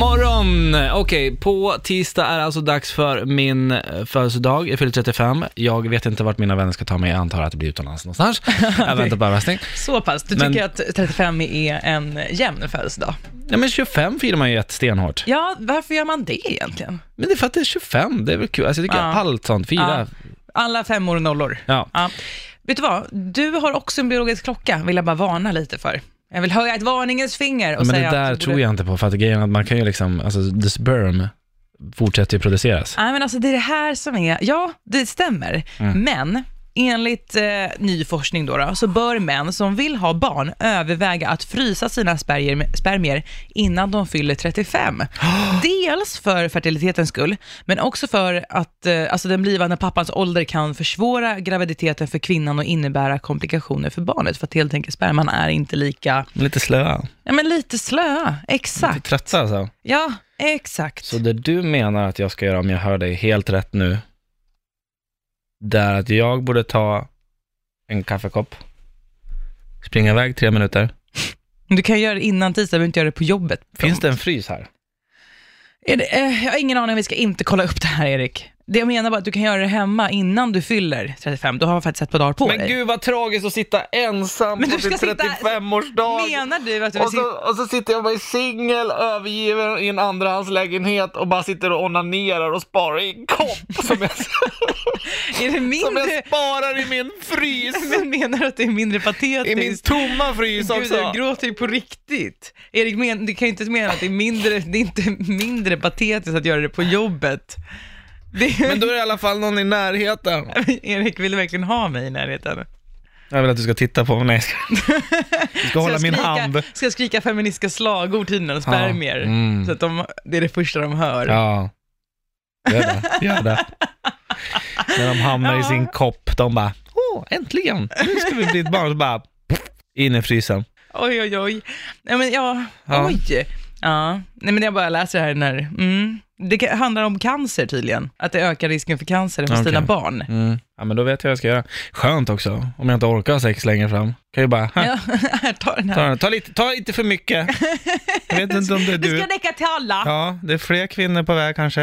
morgon! Okej, på tisdag är alltså dags för min eh, födelsedag. Jag fyller 35. Jag vet inte vart mina vänner ska ta mig. Jag antar att det blir utomlands någonstans. Jag väntar på överraskning. Så pass. Du Men- tycker att 35 är en jämn födelsedag? Ja, men 25 firar man ju jättestenhårt. Ja, varför gör man det egentligen? Men det är för att det är 25. Det är väl kul. Alltså, jag tycker Ja. allt sånt. Fira. Alla femmor och nollor. Ja. Ja. Vet du vad? Du har också en biologisk klocka, vill jag bara varna lite för. Jag vill höja ett varningens finger och Men det säga där att du tror jag inte på. För att grejen är att man kan ju liksom, alltså the sperm fortsätter ju produceras. Nej, men alltså det är det här som är... Ja, det stämmer. Men enligt eh, ny forskning då, då, så bör män som vill ha barn överväga att frysa sina spermier, spermier innan de fyller 35. Dels för fertilitetens skull, men också för att eh, alltså den blivande pappans ålder kan försvåra graviditeten för kvinnan och innebära komplikationer för barnet, för att helt enkelt sperman är inte lika... Lite slöa. Ja, men lite slöa. Lite Exakt. trötta alltså. Ja, exakt. Så det du menar att jag ska göra, om jag hör dig helt rätt nu, det är att jag borde ta en kaffekopp, springa iväg tre minuter. Du kan göra det innan tisdag, men inte göra det på jobbet. Finns det en frys här? Är det, eh, jag har ingen aning, vi ska inte kolla upp det här Erik. Det jag menar bara att du kan göra det hemma innan du fyller 35. Du har faktiskt ett par dagar på Men dig. gud vad tragiskt att sitta ensam Men på du ska sin sitta- 35-årsdag. Menar du att du vill Och sitta... så, och så sitter jag bara i singel, övergiven i en andrahandslägenhet och bara sitter och onanerar och sparar i en kopp som jag, Är det som mindre... jag sparar i min frys. Men menar du att det är mindre patetiskt? I min tomma frys Gud, också. du gråter ju på riktigt. Erik, men, du kan ju inte mena att det är mindre, det är inte mindre patetiskt att göra det på jobbet. Det är, Men då är det i alla fall någon i närheten. Erik, vill du verkligen ha mig i närheten? Jag vill att du ska titta på mig. Nej, jag ska... Du ska hålla ska min skrika, hand. Ska jag skrika feministiska slagord till dina spermier? mm. Så att de, det är det första de hör. Ja. Gör det. Gör det. När de hamnar i Ja. sin kopp, de bara Åh, äntligen! Nu ska vi bli ett barn. Så bara pff, in i frysen. Oj, oj, oj. Nej, men ja, Ja. oj. Ja. Nej, men jag bara läser här när, mm. Det ka- handlar om cancer tydligen, att det ökar risken för cancer hos Okej. dina barn. Ja, men då vet jag vad jag ska göra. Skönt också, om jag inte orkar ha sex längre fram. Kan ju bara, "Hä, Ja, här, ta den ta, här. ta, lite, ta inte för mycket. Jag vet inte om det är Vi du. ska räcka till alla. Ja, det är fler kvinnor på väg kanske.